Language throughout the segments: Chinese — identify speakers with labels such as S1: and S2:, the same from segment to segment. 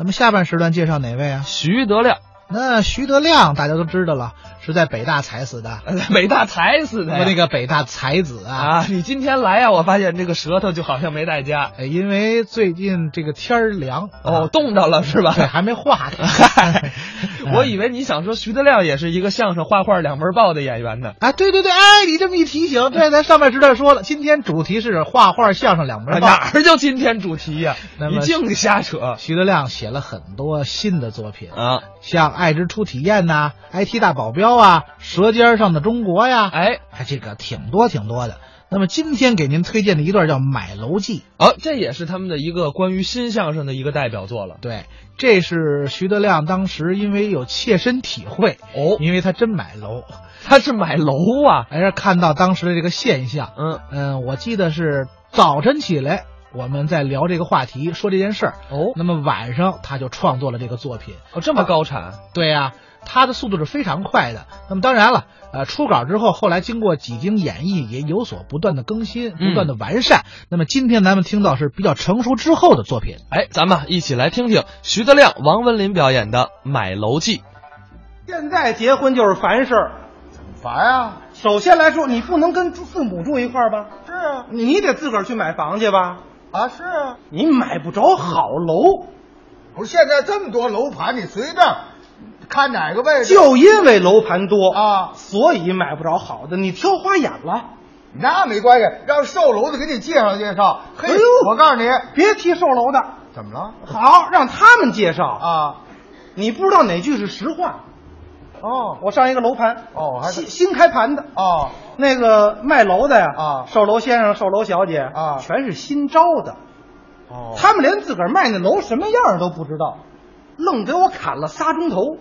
S1: 咱们下半时段介绍哪位啊？
S2: 徐德 亮，
S1: 那徐德亮大家都知道了，是在北大踩死的，
S2: 呃北大踩死的
S1: 那么
S2: 呀
S1: 那个北大才子啊。
S2: 啊！你今天来啊，我发现这个舌头就好像没带家
S1: 呃因为最近这个天儿凉
S2: 哦，，冻着了是吧？
S1: 啊对，还没化呢。
S2: 嗨， 我
S1: 为
S2: 以为你想说徐德亮也是一个相声、画画两门报的演员呢。
S1: 啊，对对对，哎，你这么一提
S2: 嗯
S1: 醒，对，咱上半时段说了，今天主题是画画、相声两门
S2: 哪
S1: 儿。
S2: 儿就今天主题
S1: 啊
S2: 呀、
S1: 那么
S2: 你净瞎扯
S1: 徐德亮写了很多新的作品，
S2: 啊！
S1: 像《爱之初体验》呐，《IT 大保镖》啊，《舌尖上的中国》呀，
S2: 哎，
S1: 哎，这个挺多挺多的。那么今天给您推荐的一段叫《买楼记》，
S2: 哦，这也是他们的一个关于新相声的一个代表作了。
S1: 对，这是徐德亮当时因为有切身体会，
S2: 哦，
S1: 因为他真买楼，
S2: 他是买楼啊？
S1: 而是看到当时的这个现象。
S2: 嗯，
S1: 嗯，我记得是早晨起来我们在聊这个话题，说这件事儿。
S2: 哦，
S1: 那么晚上他就创作了这个作品。
S2: 哦，这么高产，
S1: 对呀、他的速度是非常快的。那么当然了，呃，初稿之后，后来经过几经演绎，也有所不断的更新，
S2: 嗯
S1: 不断的完善。那么今天咱们听到是比较成熟之后的作品。
S2: 哎，咱们一起来听听徐德亮、王文林表演的《买楼记》。
S3: 现在结婚就是烦事儿。
S4: 烦啊！
S3: 首先来说，你不能跟住父母住一块儿吧？
S4: 是啊，
S3: 你得自个儿去买房去吧？
S4: 啊是啊，
S3: 你买不着好楼，
S4: 不是现在这么多楼盘，你随便看哪个位置
S3: 就因为楼盘多，
S4: 啊，
S3: 所以买不着好的。你挑花眼了，
S4: 那没关系，让售楼的给你介绍介绍。嘿，
S3: 哎呦
S4: 我告诉你，
S3: 别提售楼的，
S4: 怎么了？
S3: 好让他们介绍啊。
S4: 啊，
S3: 你不知道哪句是实话。
S4: 哦，
S3: 我上一个楼盘，
S4: 哦还是
S3: 新新开盘的，
S4: 哦，
S3: 那个卖楼的呀，
S4: 啊
S3: 售楼先生、售楼小姐
S4: 啊
S3: 全是新招的。
S4: 哦
S3: 他们连自个儿卖那楼什么样儿都不知道，愣给我砍了仨钟头。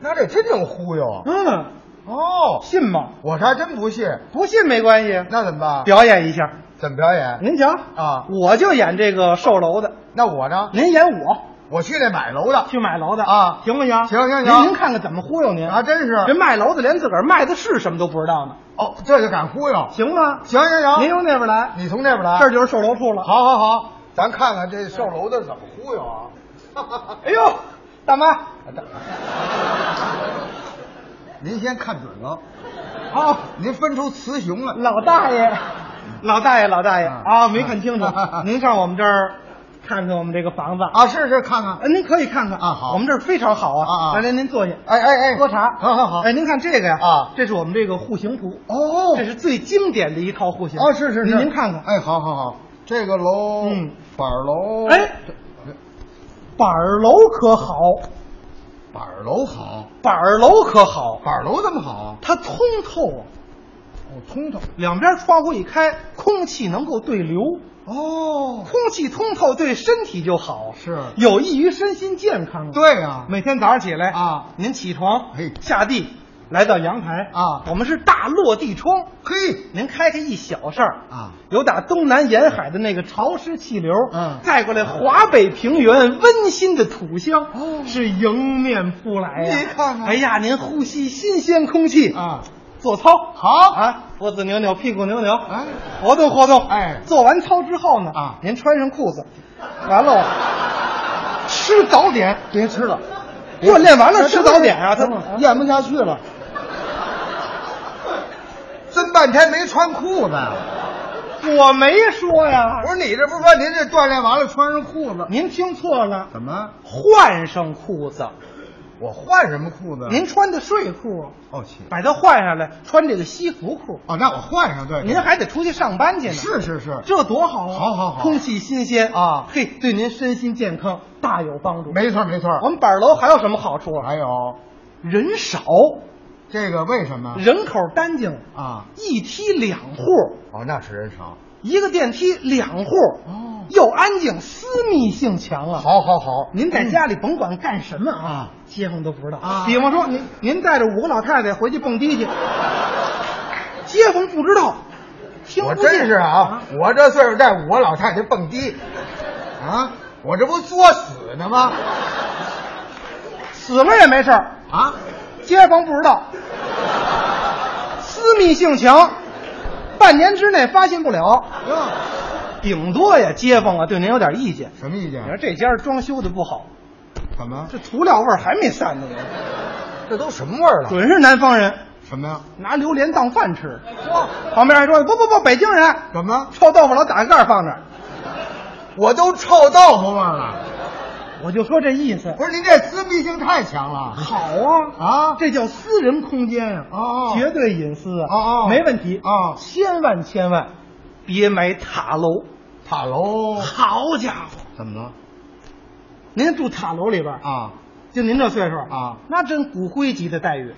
S4: 那这真能忽悠啊！
S3: 嗯，
S4: 哦，
S3: 信吗？
S4: 我还真不信，
S3: 不信没关系，
S4: 那怎么办？
S3: 表演一下。
S4: 怎么表演？
S3: 您瞧
S4: 啊
S3: 我就演这个售楼的，
S4: 那我呢？
S3: 您演我
S4: 我去那买楼的
S3: 去买楼的
S4: 啊
S3: 行不行？
S4: 行行行
S3: 您您看看怎么忽悠您
S4: 啊，真
S3: 人
S4: 是
S3: 卖楼的连自个儿卖的是什么都不知道呢，啊
S4: 哦，这就敢忽悠。
S3: 行吗？
S4: 行行行，
S3: 您由那边来，
S4: 你从那边来，
S3: 这儿就是售楼处了。，
S4: 好好好，咱看看这售楼的怎么忽悠啊！
S3: 哎呦，大妈，
S4: 您先看准了，
S3: 好，
S4: 您分出雌雄了。
S3: 老大爷，老大爷，老大爷
S4: 啊
S3: 啊，没看清楚
S4: 啊，
S3: 您上我们这儿看看我们这个房子啊。
S4: 啊，是是，看看。
S3: 呃您可以看看
S4: 啊好
S3: 我们这儿非常好
S4: 啊
S3: 啊。
S4: 啊
S3: 来来，您坐下，
S4: 哎哎哎，
S3: 喝茶。
S4: 好好好。
S3: 哎，您看这个呀，
S4: 啊
S3: 这是我们这个户型图，
S4: 哦
S3: 这是最经典的一套户型。
S4: 哦，是是是，
S3: 您您看看，
S4: 哎，好好好，这个楼，
S3: 嗯，
S4: 板楼，
S3: 哎
S4: 这，
S3: 板儿楼可好，
S4: 板楼好，
S3: 板儿楼可好，
S4: 板楼怎么好？
S3: 它通透啊，
S4: 哦，通透。
S3: 两边窗户一开，空气能够对流，
S4: 哦，
S3: 空气通透对身体就好，
S4: 是
S3: 有益于身心健康。。
S4: 对呀，
S3: 每天早上起来
S4: 啊，
S3: 您起床，
S4: 嘿
S3: 下地，来到阳台
S4: 啊
S3: 我们是大落地窗，
S4: 嘿，
S3: 您开开一小扇儿
S4: 啊，
S3: 有打东南沿海的那个潮湿气流，
S4: 嗯
S3: 带过来华北平原温馨的土香，
S4: 哦
S3: 是迎面扑来呀。
S4: 您看看
S3: 哎呀，您呼吸新鲜空气，
S4: 啊，
S3: 做操
S4: 好
S3: 啊，脖子扭扭，屁股扭扭，
S4: 哎，
S3: 活动活动。
S4: 哎
S3: 做完操之后呢，
S4: 啊
S3: 您穿上裤子，完了， 吃早点，
S4: 别吃了，
S3: 锻炼完了吃早点啊，他
S4: 等
S3: 们
S4: 会儿咽不下去了。真半天没穿裤子，啊
S3: 我没说呀
S4: 我，说你这不是说您这锻炼完了穿上裤子？
S3: 您听错了，
S4: 怎么？
S3: 换上裤子。
S4: 我换什么裤子？啊
S3: 您穿的睡裤，
S4: 哦，起
S3: 把它换下来，穿这个西服裤，
S4: 哦，那我换上对。
S3: 您还得出去上班去呢。
S4: 是是是，
S3: 这多好啊！
S4: 好好好
S3: 空气新鲜
S4: 啊
S3: 嘿，对您身心健康大有帮助。，
S4: 没错没错。
S3: 我们板楼还有什么好处啊？
S4: 还有
S3: 人少，
S4: 这个为什么
S3: 人口干净，
S4: 啊？
S3: 一梯两户，
S4: 哦，那是人少。
S3: 一个电梯两户，
S4: 哦
S3: 又安静，私密性强啊。。
S4: 好好好，
S3: 您在家里甭管干什么啊
S4: 啊，
S3: 街坊都不知道
S4: 啊
S3: 比方说，您您带着五个老太太回去蹦迪 去，街坊不知道，听
S4: 我
S3: 不见
S4: 真是啊，，我这岁数带我老太太蹦迪，啊，我这不作死呢吗？
S3: 死了也没事儿，
S4: 啊，
S3: 街坊不知道，私密性强，半年之内发现不了。
S4: 哟，
S3: 顶多呀，街坊啊对您有点意见。
S4: 什么意见
S3: 你？说这家装修的不好，
S4: 怎么？
S3: 这涂料味儿还没散呢，
S4: 这都什么味儿了？
S3: 准是南方人
S4: 什么呀？
S3: 拿榴莲当饭吃。旁边还说不不不，北京人
S4: 怎么？
S3: 臭豆腐老打个盖儿放那儿。
S4: 我都臭豆腐味儿了！
S3: 我就说这意思。
S4: 不是您这私密性太强了。
S3: 好啊
S4: 啊
S3: 这叫私人空间呀、
S4: 哦
S3: 绝对隐私啊，
S4: 哦哦
S3: 没问题
S4: 哦
S3: 千万千万别买塔楼，
S4: 塔楼
S3: 好家伙，
S4: 怎么了？
S3: 您住塔楼里边，
S4: 啊，
S3: 就您这岁数
S4: 啊，
S3: 那真骨灰级的待遇，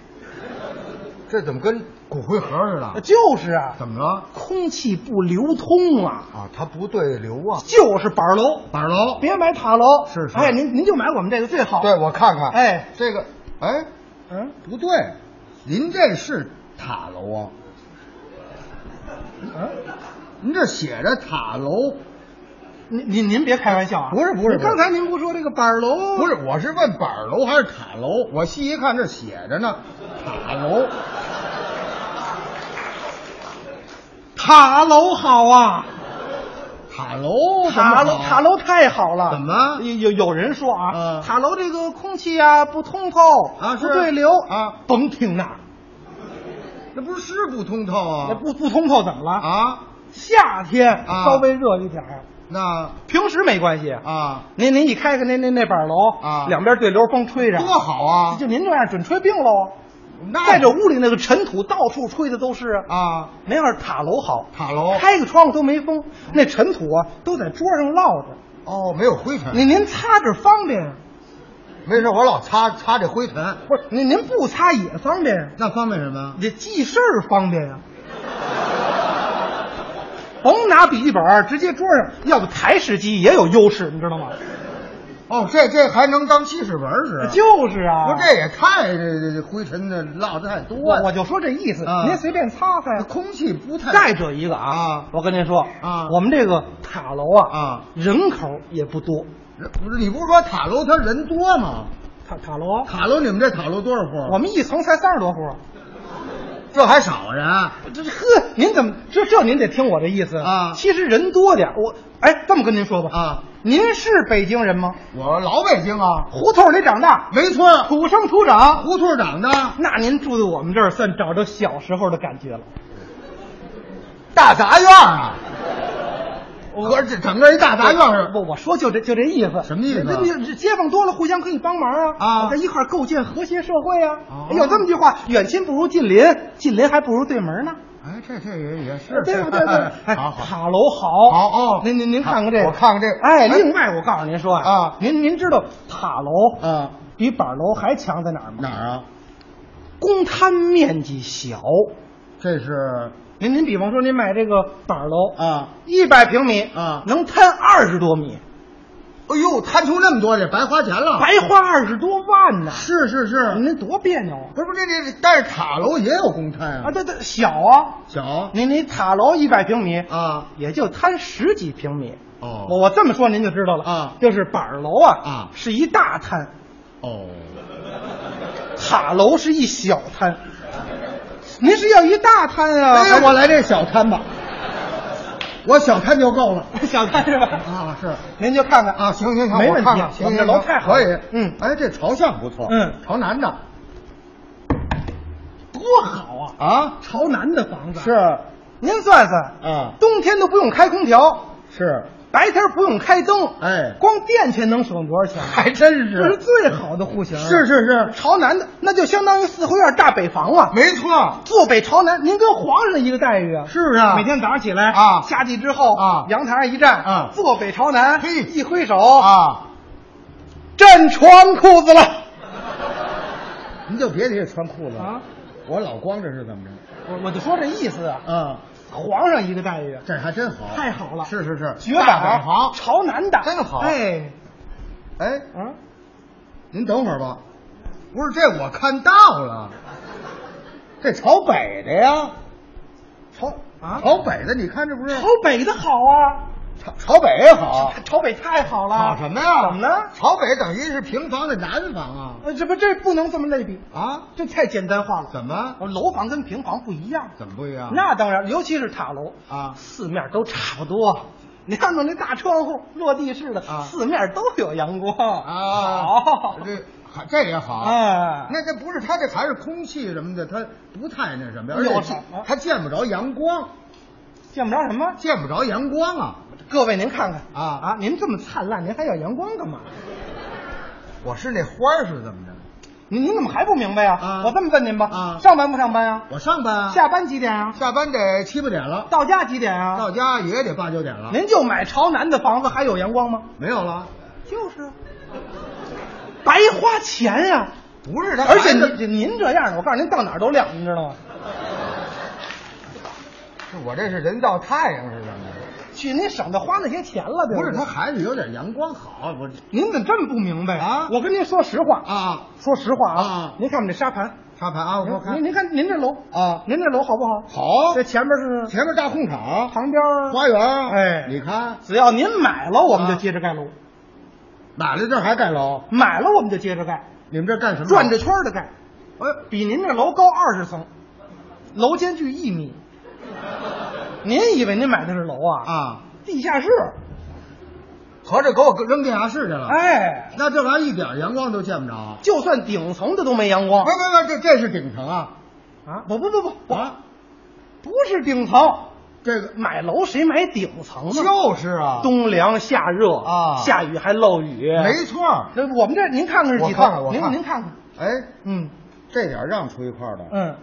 S4: 这怎么跟骨灰盒似的？
S3: 就是啊，
S4: 怎么了？
S3: 空气不流通啊，
S4: 啊，它不对流啊。
S3: 就是板楼，
S4: 板楼
S3: 别买塔楼，
S4: 是是
S3: 哎，您您就买我们这个最好，
S4: 对，我看看。
S3: 哎，
S4: 这个，哎，
S3: 嗯，
S4: 不对，您这是塔楼啊？
S3: 嗯，
S4: 您这写着塔楼，
S3: 您您您别开玩笑啊，
S4: 不是不是不是
S3: 刚才您不说这个板楼
S4: 不是？我是问板楼还是塔楼？我细一看，这写着呢，塔楼。
S3: 塔楼好啊。
S4: 塔楼，
S3: 塔楼塔楼太好了，
S4: 啊怎么
S3: 有有有人说啊，
S4: 嗯
S3: 塔楼这个空气啊不通透
S4: 啊
S3: 不
S4: 是
S3: 对流
S4: 啊，
S3: 甭听那儿，
S4: 那不是不通透啊？
S3: 那不不通透怎么了？
S4: 啊，
S3: 夏天
S4: 啊
S3: 稍微热一点儿，
S4: 那
S3: 平时没关系。
S4: 啊，
S3: 您您一开开那那那板楼
S4: 啊
S3: 两边对流风吹着，
S4: 多好啊！
S3: 就您这样准吹病喽。
S4: 那
S3: 再者屋里那个尘土到处吹的都是，
S4: 啊，
S3: 没法塔楼好，
S4: 塔楼
S3: 开个窗户都没风，那尘土啊都在桌上落着，
S4: 哦，没有灰尘。
S3: 您您擦着方便啊。
S4: 没事，我老擦擦这灰尘，
S3: 不是您您不擦也方便呀，
S4: 那方便什么？
S3: 这记事儿方便呀。甭拿笔记本儿，直接桌上，要不台式机也有优势，你知道吗？
S4: 哦，这这还能当记事本儿使啊？
S3: 就是啊，
S4: 不是，这也太这这这灰尘的落的太多
S3: 我我
S4: 了，
S3: 就说这意思，
S4: 啊
S3: 您随便擦擦
S4: 这
S3: 呀。
S4: 空气不太
S3: 再者一个啊，
S4: 啊
S3: 我跟您说
S4: 啊
S3: 我们这个塔楼啊
S4: 啊
S3: 人口也不多，
S4: 不是你不是说塔楼它人多吗？
S3: 塔塔楼，
S4: 塔楼你们这塔楼多少户？
S3: 我们一层才三十多户，
S4: 这还少人，
S3: 这这呵，您怎么这这您得听我这意思
S4: 啊
S3: 其实人多点儿，我哎这么跟您说吧
S4: 啊，
S3: 您是北京人吗？
S4: 我老北京啊，
S3: 胡同里长大，
S4: 没错儿，
S3: 土生土长。
S4: 胡同长的，
S3: 那您住在我们这儿，算找着小时候的感觉了。
S4: 大杂院啊，合着整个一大杂院儿
S3: 不，我说就这就这意思。
S4: 什么意思
S3: 那那街坊多了，互相可以帮忙啊
S4: 啊
S3: 在一块儿构建和谐社会啊。
S4: 哦
S3: 有这么句话：远亲不如近邻，近邻还不如对门呢。
S4: 哎，这这也也是，
S3: 对 不对？对，哎
S4: 好好
S3: 塔楼好，
S4: 好哦
S3: 您您您看看这个，
S4: 我看看这个
S3: 哎，
S4: 哎
S3: 另外我告诉您说
S4: 啊
S3: 您您知道塔楼
S4: 啊，
S3: 比板楼还强在哪儿吗？
S4: 哪儿啊？
S3: 公摊面积小。
S4: 这是
S3: 您您比方说您买这个板楼
S4: 啊，
S3: 一百平米
S4: 啊
S3: 能摊二十多米，
S4: 哎呦，摊出那么多去，白花钱了，
S3: 白花二十多万呢。
S4: 啊是是是，
S3: 您多别扭啊！
S4: 不是不是，这这但是塔楼也有公摊
S3: 啊，，对对，小啊！
S4: 小
S3: 您您塔楼一百平米，
S4: 啊，
S3: 也就摊十几平米。
S4: 哦
S3: 我我这么说您就知道了
S4: 啊
S3: 就是板楼啊
S4: 啊
S3: 是一大摊，
S4: 哦，
S3: 塔楼是一小摊。您是要一大摊啊？还
S4: 哎
S3: 是
S4: 我来这小 摊吧，我小摊就够了
S3: 小摊是吧？
S4: 啊，是
S3: 您就看看
S4: 啊，行行行，
S3: 没
S4: 我
S3: 问题
S4: 看看行
S3: 我们
S4: 行
S3: 这楼
S4: 行
S3: 太好了
S4: 可以，
S3: 嗯
S4: 哎，这朝向不错，
S3: 嗯
S4: 朝南的
S3: 多好啊！
S4: 啊，
S3: 朝南的房子
S4: 是
S3: 您算 算，
S4: 啊，
S3: 冬天都不用开空调，
S4: 是，
S3: 白天不用开灯，
S4: 哎
S3: 光电钱能省多少钱？
S4: 还真
S3: 这是
S4: 是，
S3: 最好的户型。
S4: 是是是，
S3: 朝南的，那就相当于四合院大北房啊。
S4: 没错，
S3: 坐北朝南，您跟皇上一个待遇啊！
S4: 是啊
S3: 每天早上起来
S4: 啊
S3: 下地之后
S4: 啊
S3: 阳台上一站
S4: 啊
S3: 坐北朝南，
S4: 嘿
S3: 一挥手，
S4: 啊，
S3: 站穿裤子了
S4: 您就别提这穿裤子
S3: 啊
S4: 了，！我老光着是怎么着？
S3: 我我就说这意思啊，
S4: 啊，
S3: 皇上一个待遇，啊
S4: 这还真好，
S3: 太好了
S4: 是是是，
S3: 绝
S4: 大
S3: 版啊
S4: 本行，
S3: 朝南的，
S4: 真好
S3: 哎，
S4: 哎，
S3: 啊，
S4: 您等会儿吧，不是这我看到了，这朝北的呀，朝
S3: 啊
S4: 朝北的，你看这不是
S3: 朝北的好啊，
S4: 朝朝北也 好，
S3: 朝北太好了，
S4: 好什么呀？
S3: 怎啊么呢？
S4: 朝北等于是平房的南房啊
S3: 呃，这不这不能这么类比，
S4: 啊？
S3: 这太简单化了。
S4: 怎么
S3: 楼房跟平房不一样，
S4: 啊怎么不一样？
S3: 那当然，尤其是塔楼
S4: 啊
S3: 四面都差不多，你看看那大窗户，落地式的，
S4: 啊
S3: 四面都有阳光
S4: 啊，
S3: 好，
S4: 这还这也好。
S3: 哎，
S4: 那这不是它这还是空气什么的，它不太那什么，而
S3: 有
S4: 且
S3: 什么
S4: 它见不着阳光，
S3: 见不着什么。
S4: 见不着阳光啊。
S3: 各位您看看
S4: 啊
S3: 啊，您这么灿烂，您还要阳光干嘛？
S4: 我是那花儿是怎么着？
S3: 您您怎么还不明白呀、
S4: 啊
S3: 我这么问您吧，
S4: 啊
S3: 上班不上班呀、
S4: 我上班啊，
S3: 下班几点啊？
S4: 下班得七八点了，
S3: 到家几点啊？
S4: 到家也得八九点了。
S3: 您就买朝南的房子，还有阳光吗？
S4: 没有了？
S3: 就是，啊白花钱呀、
S4: 不是它，
S3: 而且
S4: 还是
S3: 您您这样的，我告诉您，到哪儿都亮，您知道吗？
S4: 我这是人造太阳是怎么着？
S3: 去，您省得花那些钱了，对
S4: 不
S3: 对
S4: 是，它，还是有点阳光好。我
S3: 您怎么这么不明白
S4: 啊
S3: 我跟您说实话，
S4: 啊，
S3: 说实话啊，
S4: 啊
S3: 您看我们这沙盘，
S4: 沙盘啊，我给我看
S3: 您您看您这楼
S4: 啊
S3: 您这楼好不好？
S4: 好，
S3: 这前面是
S4: 前面大空场，
S3: 旁边儿
S4: 花园，
S3: 哎
S4: 你看
S3: 只要您买了，我们就
S4: 啊
S3: 接着盖楼；
S4: 买了这儿还盖楼，
S3: 买了，我们就接着盖，
S4: 你们这干什么？
S3: 转着圈的盖。呃，比您这楼高二十层，楼间距一米。您以为您买的是楼啊？，
S4: 啊，
S3: 地下室。
S4: 合着给我扔地下室去了。，
S3: 哎，
S4: 那这玩意儿一点阳光都见不着。
S3: 就算顶层的都没阳光
S4: 不不不，这这是顶层啊
S3: 啊！不不不不不，
S4: 啊，
S3: 不是顶层，
S4: 这个
S3: 买楼谁买顶层呢？
S4: 就是啊，哎
S3: 冬凉夏热
S4: 啊
S3: 下雨还漏雨。
S4: 没错儿。
S3: 那我们这您看看是
S4: 我
S3: 几层？
S4: 看看我看看
S3: 您您看看，
S4: 哎，
S3: 嗯
S4: 这点儿让出一块儿的，
S3: 嗯，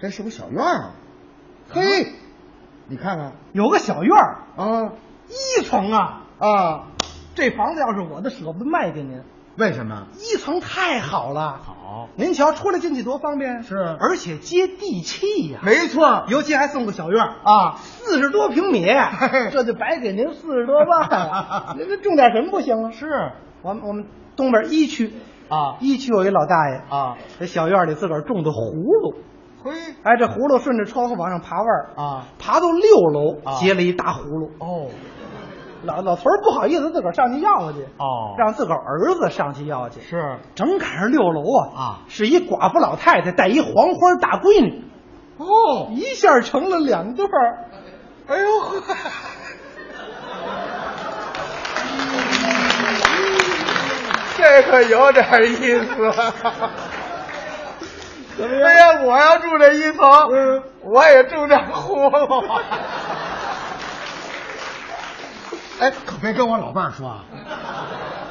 S4: 这是不是小院儿啊？嘿，你看看
S3: 有个小院儿，
S4: 啊
S3: 一层啊，
S4: 啊，
S3: 这房子要是我的，舍不得卖给您。
S4: 为什么？
S3: 一层太好了，
S4: 好，
S3: 您瞧出来进去多方便，啊
S4: 是
S3: 而且接地气呀、
S4: 没错儿
S3: 尤其还送个小院儿，
S4: 啊，
S3: 四十多平米
S4: 嘿，
S3: 这就白给您四十多 万，您这种点什么不行啊？
S4: 是
S3: 我们我们东边一区
S4: 啊
S3: 一区有一老大爷，
S4: 啊，
S3: 这小院里自个儿种的葫芦，
S4: 嘿
S3: 哎，这葫芦顺着窗户往上爬味儿，
S4: 啊，
S3: 爬到六楼
S4: 啊
S3: 结了一大葫芦，
S4: 哦
S3: 老老头儿不好意思自个儿上去要去，
S4: 哦
S3: 让自个儿儿子上去要去，
S4: 是
S3: 正赶上六楼啊
S4: 啊
S3: 是一寡妇老太太带一黄花大闺女，
S4: 哦，
S3: 一下成了两对儿。
S4: 哎呦呵，这可有点意思。
S3: 怎么
S4: 哎
S3: 样？
S4: 呀，我要住这一层，
S3: 嗯
S4: 我也住这葫芦。哎，可别跟我老伴儿说啊！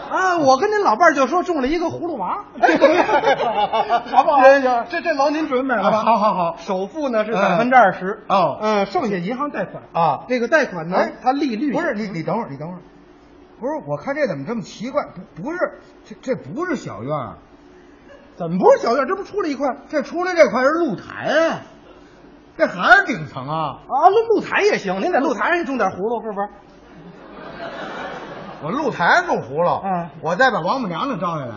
S3: 啊，我跟您老伴儿就说中了一个葫芦娃， 好不好？
S4: 行行
S3: 哎这这楼您准备了吧？
S4: 啊好好好
S3: 首付呢是
S4: 嗯
S3: 百分之二十，
S4: 哦
S3: 嗯，剩下银行贷款
S4: 啊
S3: 这个贷款呢
S4: 哎，
S3: 它利率
S4: 不是你，你等会儿，你等会儿，不是，我看这怎么这么奇怪？不，不是，这这不是小院儿，
S3: 怎么不是小院？这不出了一块
S4: 这出来这块是露台啊，这还是顶层啊！
S3: 啊？露露台也行，您在露台上也种点葫芦是不是？
S4: 我露台上种葫芦，
S3: 嗯
S4: 我再把王母娘娘招下来。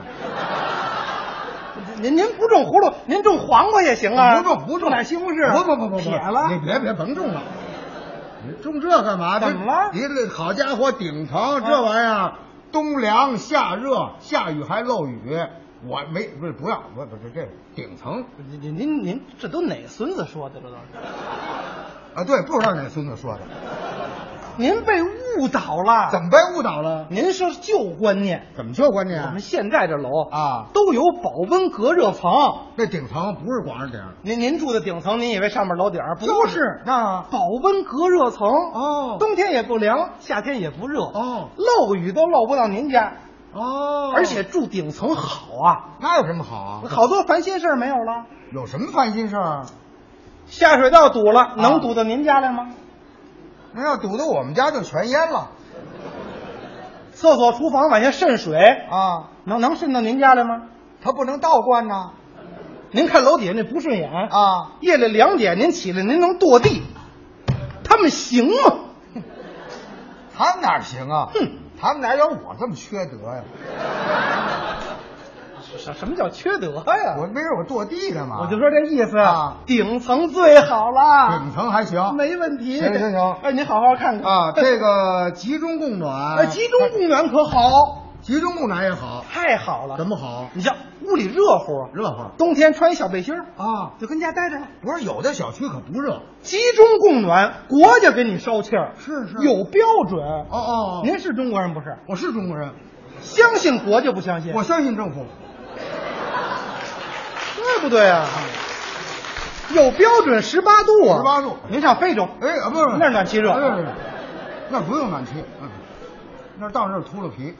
S3: 您您不种葫芦，您种黄瓜也行啊。
S4: 不种不种，
S3: 点西红柿，
S4: 不不不不不，
S3: 撇
S4: 你
S3: 了。
S4: 别别甭种了，你种这干嘛？这
S3: 怎么了
S4: 你这好家伙，顶层这玩意儿，冬凉夏热，下雨还漏雨。我没不是不要，不不是这顶层
S3: 您您您您这都哪孙子说的？这都是
S4: 啊，对，不知道哪孙子说的，
S3: 您被误导了。
S4: 怎么哎被误导了？
S3: 您说旧观念，
S4: 怎么就关
S3: 我们
S4: 键？
S3: 现在这楼
S4: 啊
S3: 都有保温隔热房。
S4: 这顶层不是光是顶，
S3: 您您住的顶层，您以为上面楼顶儿不
S4: 就是是那
S3: 保温隔热层
S4: 哦
S3: 冬天也不凉，夏天也不热
S4: 哦
S3: 漏雨都漏不到您家，
S4: 哦，
S3: 而且住顶层好啊，
S4: 那有什么好啊？
S3: 好多烦心事儿没有了。
S4: 有什么烦心事儿啊？
S3: 下水道堵了，能堵到您家来吗？
S4: 那要堵到我们家就全淹了
S3: 厕所、厨房往下渗水，
S4: 啊！
S3: 能能渗到您家来吗？
S4: 它不能倒灌呐
S3: 您看楼底下那不顺眼啊，
S4: 啊！
S3: 夜里两点您起来，您能跺地，他们行吗？
S4: 他们哪行啊？
S3: 哼
S4: 他们哪有我这么缺德呀、
S3: 什什么叫缺德呀？
S4: 我没事，我啊跺地干嘛？
S3: 我就说这意思
S4: 哎啊
S3: 顶层最好了，
S4: 顶层还行
S3: 没问题。
S4: 行行行啊
S3: 哎，你好好看看
S4: 啊。这个集中供暖
S3: 哎，集中供暖可好，
S4: 集中木乃也好，
S3: 太好了。
S4: 怎么好？
S3: 你像屋里热乎，
S4: 热乎
S3: 冬天穿一小背心儿，
S4: 啊！
S3: 就跟家待着了。
S4: 不是有的小区可不热，
S3: 集中供暖，国家给你烧气儿，
S4: 是是
S3: 有标准。
S4: 哦哦，
S3: 您是中国人不是？
S4: 我是中国人，
S3: 相信国家不相信？
S4: 我相信政府。
S3: 对不对啊？有标准十八度啊，
S4: 18度
S3: 您上非洲，
S4: 哎，啊不是，
S3: 那儿暖气热
S4: 不是不是，那不用暖气，嗯，那到那儿秃噜皮，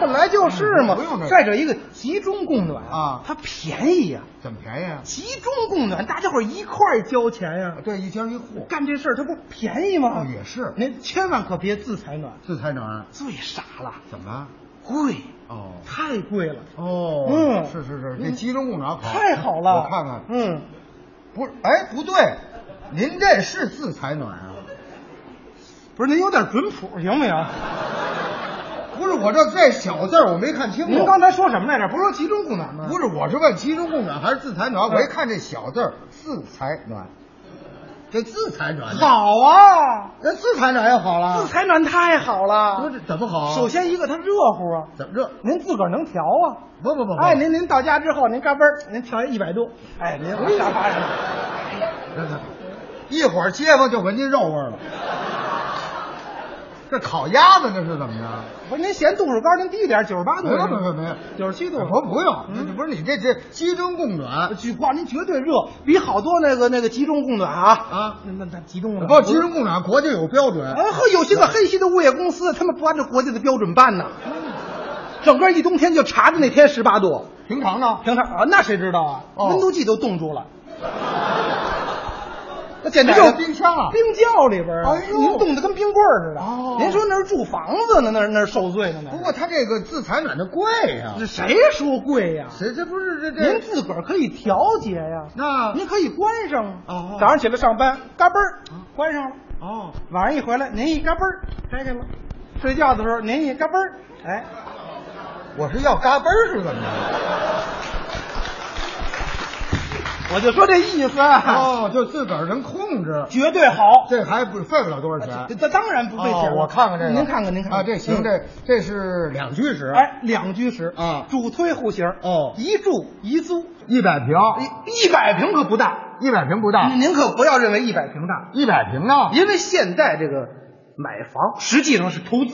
S3: 本来就是嘛
S4: 哎不用这。个
S3: 再者一个集中供暖
S4: 啊
S3: 它便宜呀、
S4: 怎么便宜啊？
S3: 集中供暖，大家伙儿一块儿交钱呀、
S4: 对，一家一户，
S3: 干这事儿它不便宜吗？
S4: 哦也是
S3: 您千万可别自采暖，
S4: 自采暖，
S3: 最傻了，
S4: 怎么了？
S3: 贵，
S4: 哦
S3: 太贵了，
S4: 哦，
S3: 嗯
S4: 是是是，这集中供暖好，
S3: 太好了，
S4: 哦我看看，
S3: 嗯，
S4: 不是，哎，不对，您这是自采暖啊？
S3: 不是您有点准谱行不行？
S4: 不是，我这这小字儿我没看清楚。
S3: 您刚才说什么来着？不是说集中供暖吗？
S4: 不
S3: 是，
S4: 是，我是问集中供暖还是自采暖？我一
S3: 嗯
S4: 看这小字儿，自采暖，这自采暖呢，
S3: 好啊，
S4: 那自采暖也好了。
S3: 自采暖太好了。
S4: 啊不是怎么好？啊
S3: 首先一个它热乎啊，
S4: 怎么热？
S3: 您自个儿能调啊。
S4: 不不不，不
S3: 哎，您您到家之后，您嘎嘣儿，您调一百度，哎，您往沙发上，
S4: 一会儿街坊就闻见肉味儿了。这烤鸭子这是怎么着？
S3: 不是您嫌度数高，您低一点，九十八度，
S4: 没有没有没有，
S3: 九十七度，
S4: 我啊不用，
S3: 嗯啊
S4: 不是你这这集中供暖，
S3: 举挂您绝对热，比好多那个那个集中供暖啊
S4: 啊
S3: 那那那集中供暖
S4: 不集中供暖，国家有标准。
S3: 哎呵，嗯有些个黑心的物业公司，他们不按照国家的标准办呢，整个一冬天就查着那天十八度，
S4: 平常呢？
S3: 平常啊，那谁知道啊？
S4: 哦
S3: 温度计都冻住了，那简直
S4: 这
S3: 就
S4: 有冰箱啊
S3: 冰窖里边啊
S4: 哎，呦
S3: 您冻得跟冰棍儿似的。
S4: 哦
S3: 您说那是住房子呢，那那是受罪呢？那
S4: 不过它这个自采暖的贵呀、
S3: 这谁说贵呀？
S4: 谁这不是这
S3: 您
S4: 这
S3: 自个儿可以调节呀，
S4: 那
S3: 您可以关上啊。
S4: 哦哦啊
S3: 早上起来上班，嘎嘣儿关上了，
S4: 哦，
S3: 晚上一回来，您一嘎嘣儿开开了，睡觉的时候您一嘎嘣儿，哎，
S4: 我是要嘎嘣儿是怎么着？
S3: 我就说这意思啊，
S4: 哦，就自个儿能控制，
S3: 绝对好。
S4: 这还不费不了多少钱。
S3: 啊这这当然不费
S4: 哦
S3: 钱了、
S4: 我看看这个，
S3: 您看看，您看看
S4: 啊，这行，
S3: 嗯
S4: 这这是两居室，
S3: 哎，两居室
S4: 啊
S3: 主推户型
S4: 哦
S3: 一住一租，
S4: 一百平，
S3: 一一百平可不大，
S4: 一百平不大，
S3: 您可不要认为一百平大，
S4: 一百平啊，
S3: 因为现在这个买房实际上是投资，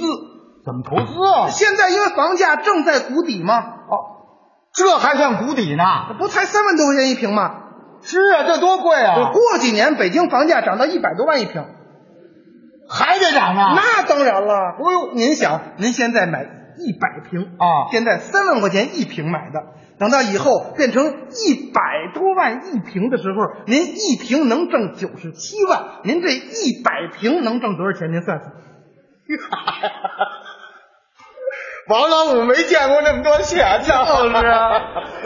S4: 怎么投资啊？
S3: 现在因为房价正在谷底嘛，
S4: 哦这还算谷底呢？
S3: 不才三万多块钱一平吗？
S4: 是啊，这多贵啊，
S3: 过几年北京房价涨到一百多万一平，
S4: 哦还得涨啊呢。
S3: 那当然了。哎呦，您想，您现在买一百平
S4: 啊
S3: 现在三万块钱一平买的，等到以后变成一百多万一平的时候，您一平能挣九十七万，您这一百平能挣多少钱？您算算。
S4: 王老五没见过那么多钱呢，
S3: 是 啊，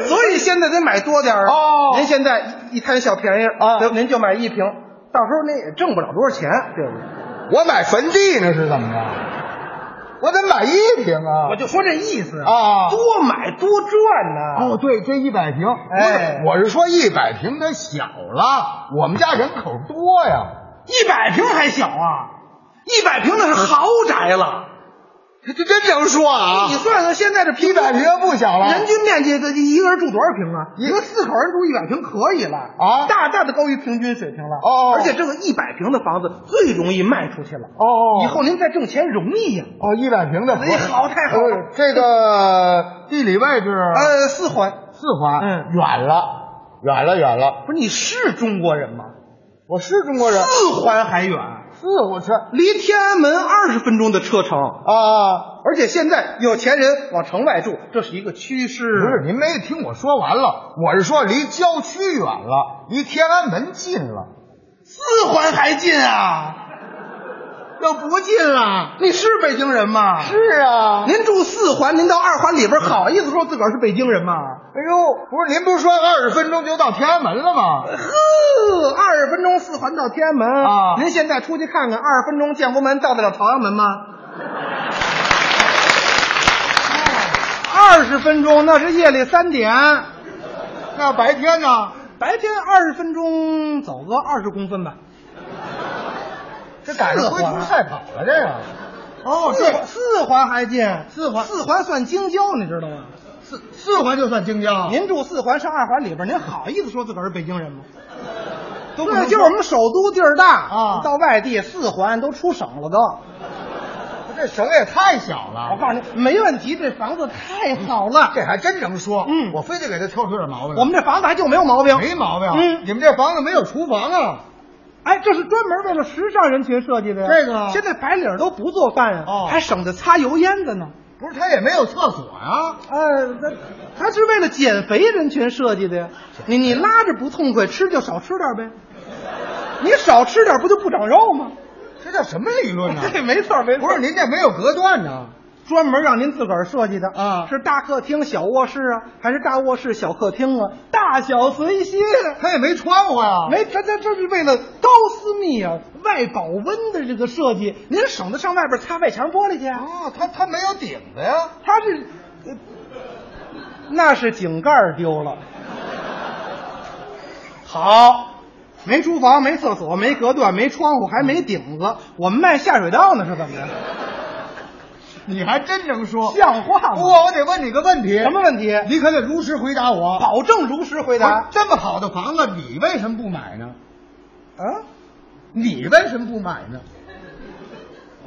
S3: 所以现在得买多点儿啊
S4: 哦
S3: 您现在一一摊小便宜
S4: 啊
S3: 对您就买一平，到时候那也挣不了多少钱，对不对？
S4: 我买坟地呢是怎么着？我得买一平啊！
S3: 我就说这意思
S4: 啊
S3: 多买多赚呐、
S4: 哦，对，这一百平，
S3: 哎
S4: 不是我是说一百平它小了，我们家人口多呀，
S3: 一百平还小啊，一百平那是豪宅了。
S4: 这这真能说啊
S3: 哎你算算现在这
S4: 一
S3: 平
S4: 百平不小了，
S3: 人均面积，这一个人住多少平啊？
S4: 啊一
S3: 一个四口人住一百平可以了
S4: 啊
S3: 大大的高于平均水平了。
S4: 哦
S3: 而且这个一百平的房子最容易卖出去了。
S4: 哦
S3: 以后您再挣钱容易呀、
S4: 哦一百平的合适，
S3: 哎好太好了
S4: 呃这个地理位置
S3: 呃，四环，
S4: 四环，
S3: 嗯
S4: 远了，远了，远了。
S3: 不是你是中国人吗？
S4: 我是啊中国人，
S3: 四环还远，
S4: 是我啊是
S3: 离天安门二十分钟的车程。
S4: 啊，
S3: 而且现在有钱人往城外住，这是一个趋势。
S4: 不是您没听我说完了，我是说离郊区远了，离天安门近了。
S3: 四环还近啊？ 要不近了？你是北京人吗？。
S4: 是啊您
S3: 您住四环，您到二环里边，好意思说自个儿是北京人吗？
S4: 哎呦，不是您不是说二十分钟就到天安门了吗？
S3: 呵，二十分钟四环到天安门
S4: 啊
S3: 您现在出去看看，二十分钟建国门到得了朝阳门吗？
S4: 啊
S3: 二十分钟那是夜里三点，
S4: 那白天呢？
S3: 白天二十分钟走个二十公分吧。
S4: 这赶上
S3: 四
S4: 龟
S3: 环
S4: 兔赛跑了，这个哦，
S3: 四
S4: 对，
S3: 四环还近，
S4: 四环
S3: 四环算京郊，你知道吗？
S4: 四四环就算京郊，
S3: 您住四环上二环里边，您好意思说自个儿是北京人吗？
S4: 都不
S3: 对，
S4: 能
S3: 就是我们首都地儿大
S4: 啊
S3: 到外地四环都出省 了都。
S4: 这省也太小
S3: 我
S4: 了。
S3: 告诉你，没问题，这房子太好了。
S4: 这还真能说，
S3: 嗯
S4: 我非得给他挑出点毛病。
S3: 我们这房子还就没有毛病。
S4: 没毛病，
S3: 嗯
S4: 你们这房子没有厨房啊？
S3: 哎，这是专门为了时尚人群设计的呀。
S4: 这个啊
S3: 现在白领儿都不做饭呀、
S4: 哦
S3: 还省着擦油烟子呢。
S4: 不是，他也没有厕所呀、
S3: 呃，它它是为了减肥人群设计的呀。你你拉着不痛快，吃就少吃点呗。你少吃点不就不长肉吗？
S4: 这叫什么理论呢、
S3: 对，没错没错。
S4: 不是，您这没有隔断呢、
S3: 专门让您自个儿设计的
S4: 啊
S3: 是大客厅、小卧室啊，还是大卧室、小客厅啊？大小随心。
S4: 他也没窗户呀、
S3: 没，这这这是为了高私密啊、外保温的这个设计，您省得上外边擦外墙玻璃去啊。
S4: 哦，他他没有顶子呀、
S3: 它是，呃那是井盖儿丢了。好，没厨房，没厕所，没隔断，没窗户，还
S4: 嗯
S3: 没顶子，我们卖下水道呢，是怎么 着？
S4: 你还真能说。
S3: 像话
S4: 不
S3: 吗？
S4: 过我得问你个问题，
S3: 什么问题？
S4: 你可得如实回答我。
S3: 保证如实回
S4: 不
S3: 答
S4: 是。这么好的房子，你为什么不买呢？
S3: 啊？
S4: 你为什么不买呢？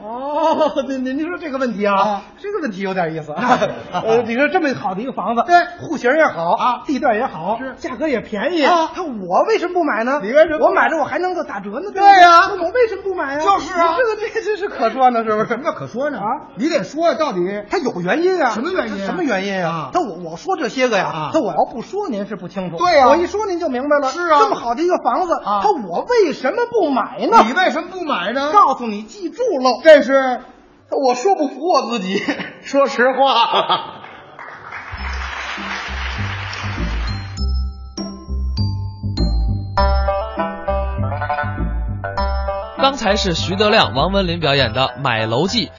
S3: 哦，您您您说这个问题啊，
S4: 啊
S3: 这个问题有点意 思
S4: 那
S3: 啊
S4: 是。
S3: 呃，你说这么好的一个房子，
S4: 对
S3: 户型也好
S4: 啊
S3: 地段也好，
S4: 是
S3: 价格也便宜
S4: 啊
S3: 那我为什么不买呢？
S4: 你为什么不买
S3: 我买了我还能够打折呢？不
S4: 对呀
S3: 那我为什么不买呀？
S4: 就是啊
S3: 这个这个这是可说呢，是不
S4: 什
S3: 是？
S4: 么叫可说呢？
S3: 啊，
S4: 你得说到底。
S3: 它有原因啊，
S4: 什么原因啊
S3: 它什么原因
S4: 啊
S3: 但我我说这些个呀
S4: 啊，
S3: 但我要不说您是不清楚。
S4: 对呀
S3: 我一说您就明白了。
S4: 是啊
S3: 这么好的一个房子，
S4: 啊
S3: 它我为什么不买呢？
S4: 你为什么不买呢？
S3: 告诉你，记住喽。
S4: 这是
S3: 我说不服我自己， 说实话。
S2: 刚才是徐德亮、王文林表演的《买楼记》。